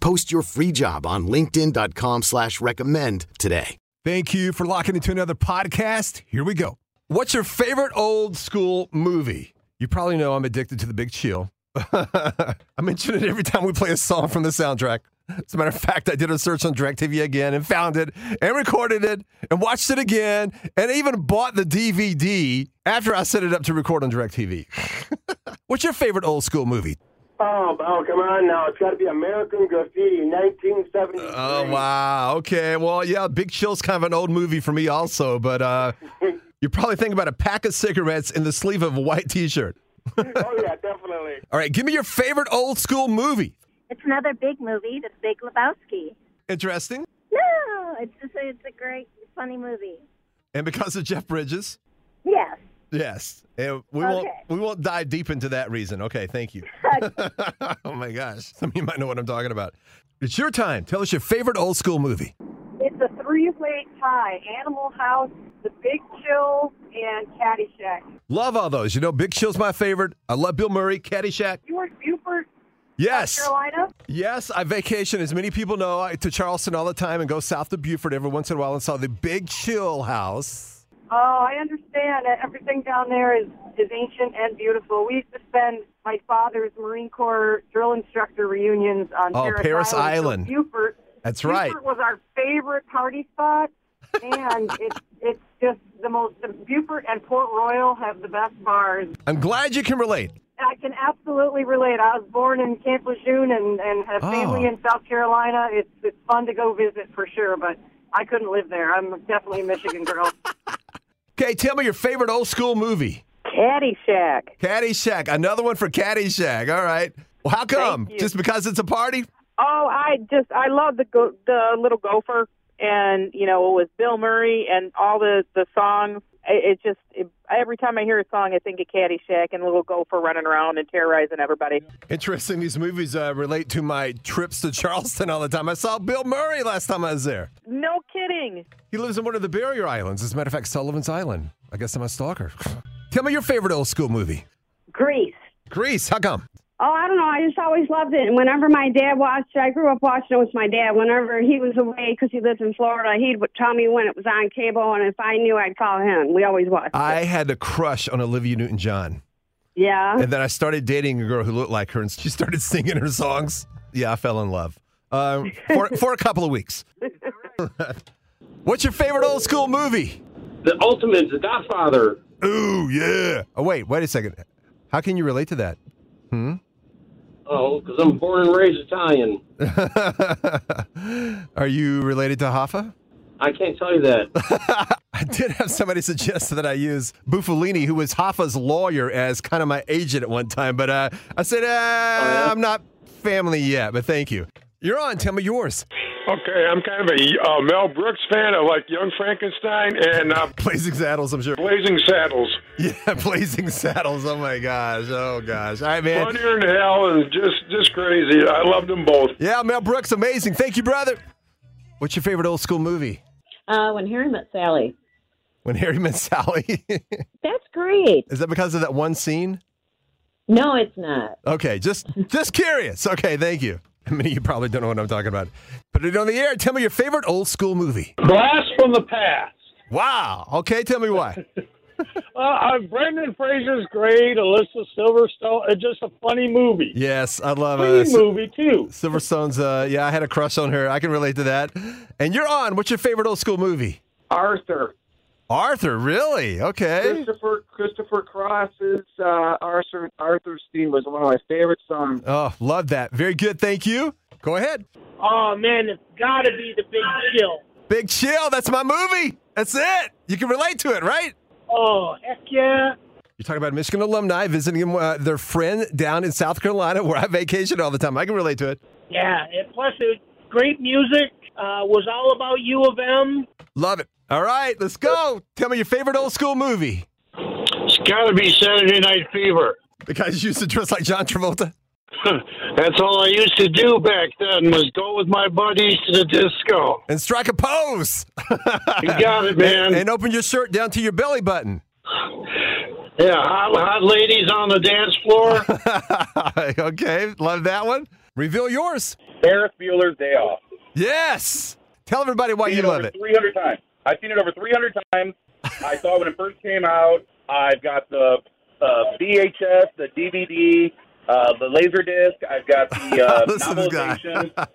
Post your free job on linkedin.com slash recommend today. Thank you for locking into another podcast. Here we go. What's your favorite old school movie? You probably know I'm addicted to The Big Chill. I mention it every time we play a song from the soundtrack. As a matter of fact, I did a search on DirecTV again and found it and recorded it and watched it again and even bought the DVD after I set it up to record on DirecTV. What's your favorite old school movie? Oh, oh, come on now. It's got to be American Graffiti, 1973. Oh, wow. Okay. Well, yeah, Big Chill's kind of an old movie for me also, but uh, you're probably thinking about a pack of cigarettes in the sleeve of a white t shirt. oh, yeah, definitely. All right, give me your favorite old school movie. It's another big movie, The Big Lebowski. Interesting. No, it's just a, it's a great, funny movie. And because of Jeff Bridges. Yes. Yes. And we won't Okay. we won't dive deep into that reason. Okay, thank you. oh my gosh. Some of you might know what I'm talking about. It's your time. Tell us your favorite old school movie. It's a three-way tie: Animal House, The Big Chill, and Caddyshack. Love all those. You know, Big Chill's my favorite. I love Bill Murray, Caddyshack. You were in Beaufort, Yes. Carolina. Yes, I vacation, as many people know, I- to Charleston all the time and go south to Beaufort every once in a while and saw the Big Chill House. Oh, I understand that everything down there is is ancient and beautiful. We used to spend my father's Marine Corps drill instructor reunions on Oh, Paris, Paris Island. Island. So Beaufort. That's right. Beaufort was our favorite party spot, and it's it's just the most. The Beaufort and Port Royal have the best bars. I'm glad you can relate. I can absolutely relate. I was born in Camp Lejeune and, and have Oh. family in South Carolina. It's it's fun to go visit for sure, but I couldn't live there. I'm definitely a Michigan girl. Okay, tell me your favorite old school movie. Caddyshack. Caddyshack, another one for Caddyshack. All right. Well, how come? you. Just because it's a party? Oh, I just I love the go- the little gopher, and you know it was Bill Murray and all the the songs. It, it just it, every time I hear a song, I think of Caddyshack and little gopher running around and terrorizing everybody. Interesting. These movies uh, relate to my trips to Charleston all the time. I saw Bill Murray last time I was there. No kidding. He lives in one of the barrier islands. As a matter of fact, Sullivan's Island. I guess I'm a stalker. Tell me your favorite old school movie. Grease. Grease. How come? Oh, I don't know. I just always loved it. And whenever my dad watched, I grew up watching it with my dad. Whenever he was away, because he lives in Florida, he'd would tell me when it was on cable, and if I knew, I'd call him. We always watched. I had a crush on Olivia Newton John. yeah. And then I started dating a girl who looked like her, and she started singing her songs. Yeah, I fell in love um, for, for a couple of weeks. What's your favorite old school movie? The Ultimate, The Godfather. Ooh, yeah. Oh, wait, wait a second. How can you relate to that? Hmm? Oh, because I'm born and raised Italian. Are you related to Hoffa? I can't tell you that. I did have somebody suggest that I use Buffalini, who was Hoffa's lawyer, as kind of my agent at one time, but uh, I said, uh, I'm not family yet, but thank you. You're on. Tell me yours. Okay, I'm kind of a uh, Mel Brooks fan. I like Young Frankenstein and uh, Blazing Saddles, I'm sure. Blazing Saddles. Yeah, Blazing Saddles. Oh my gosh. Oh gosh. All right, man. Funnier than hell and just just crazy. I loved them both. Yeah, Mel Brooks, amazing. Thank you, brother. What's your favorite old school movie? Uh, when Harry met Sally. When Harry Met Sally. That's great. Is that because of that one scene? No, it's not. Okay, just just curious. Okay, thank you. I mean, you probably don't know what I'm talking about. Put it on the air. Tell me your favorite old school movie. Blast from the past. Wow. Okay, tell me why. Uh, uh, Brendan Fraser's great. Alyssa Silverstone. uh, It's just a funny movie. Yes, I love uh, Funny it. movie too. Silverstone's. Uh, yeah, I had a crush on her. I can relate to that. And you're on. What's your favorite old school movie? Arthur. Arthur, really? Okay. Christopher Christopher Cross's uh, Arthur Arthur's theme was one of my favorite songs. Oh, love that. Very good. Thank you. Go ahead. Oh man, it's got to be the Big Chill. Big Chill. That's my movie. That's it. You can relate to it, right? Oh heck yeah! You're talking about Michigan alumni visiting uh, their friend down in South Carolina where I vacation all the time. I can relate to it. Yeah, and plus it was great music. Uh, was all about U of M. Love it. All right, let's go. Tell me your favorite old school movie. It's got to be Saturday Night Fever. The guys used to dress like John Travolta. That's all I used to do back then was go with my buddies to the disco. And strike a pose. You got it, man. And, and open your shirt down to your belly button. Yeah, hot, hot ladies on the dance floor. okay, love that one. Reveal yours. Ferris Bueller's Day Off. Yes. Tell everybody why Seen you it love over it. 300 times. I've seen it over 300 times. I saw it when it first came out. I've got the uh, VHS, the DVD, uh, the laser disc. I've got the uh, Listen to this guy. novelization.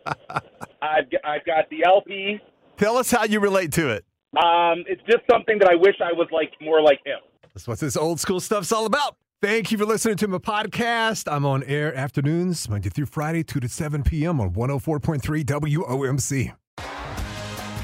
I've, g- I've got the LP. Tell us how you relate to it. Um, it's just something that I wish I was like more like him. That's what this old school stuff's all about. Thank you for listening to my podcast. I'm on air afternoons, Monday through Friday, 2 to 7 p.m. on 104.3 WOMC.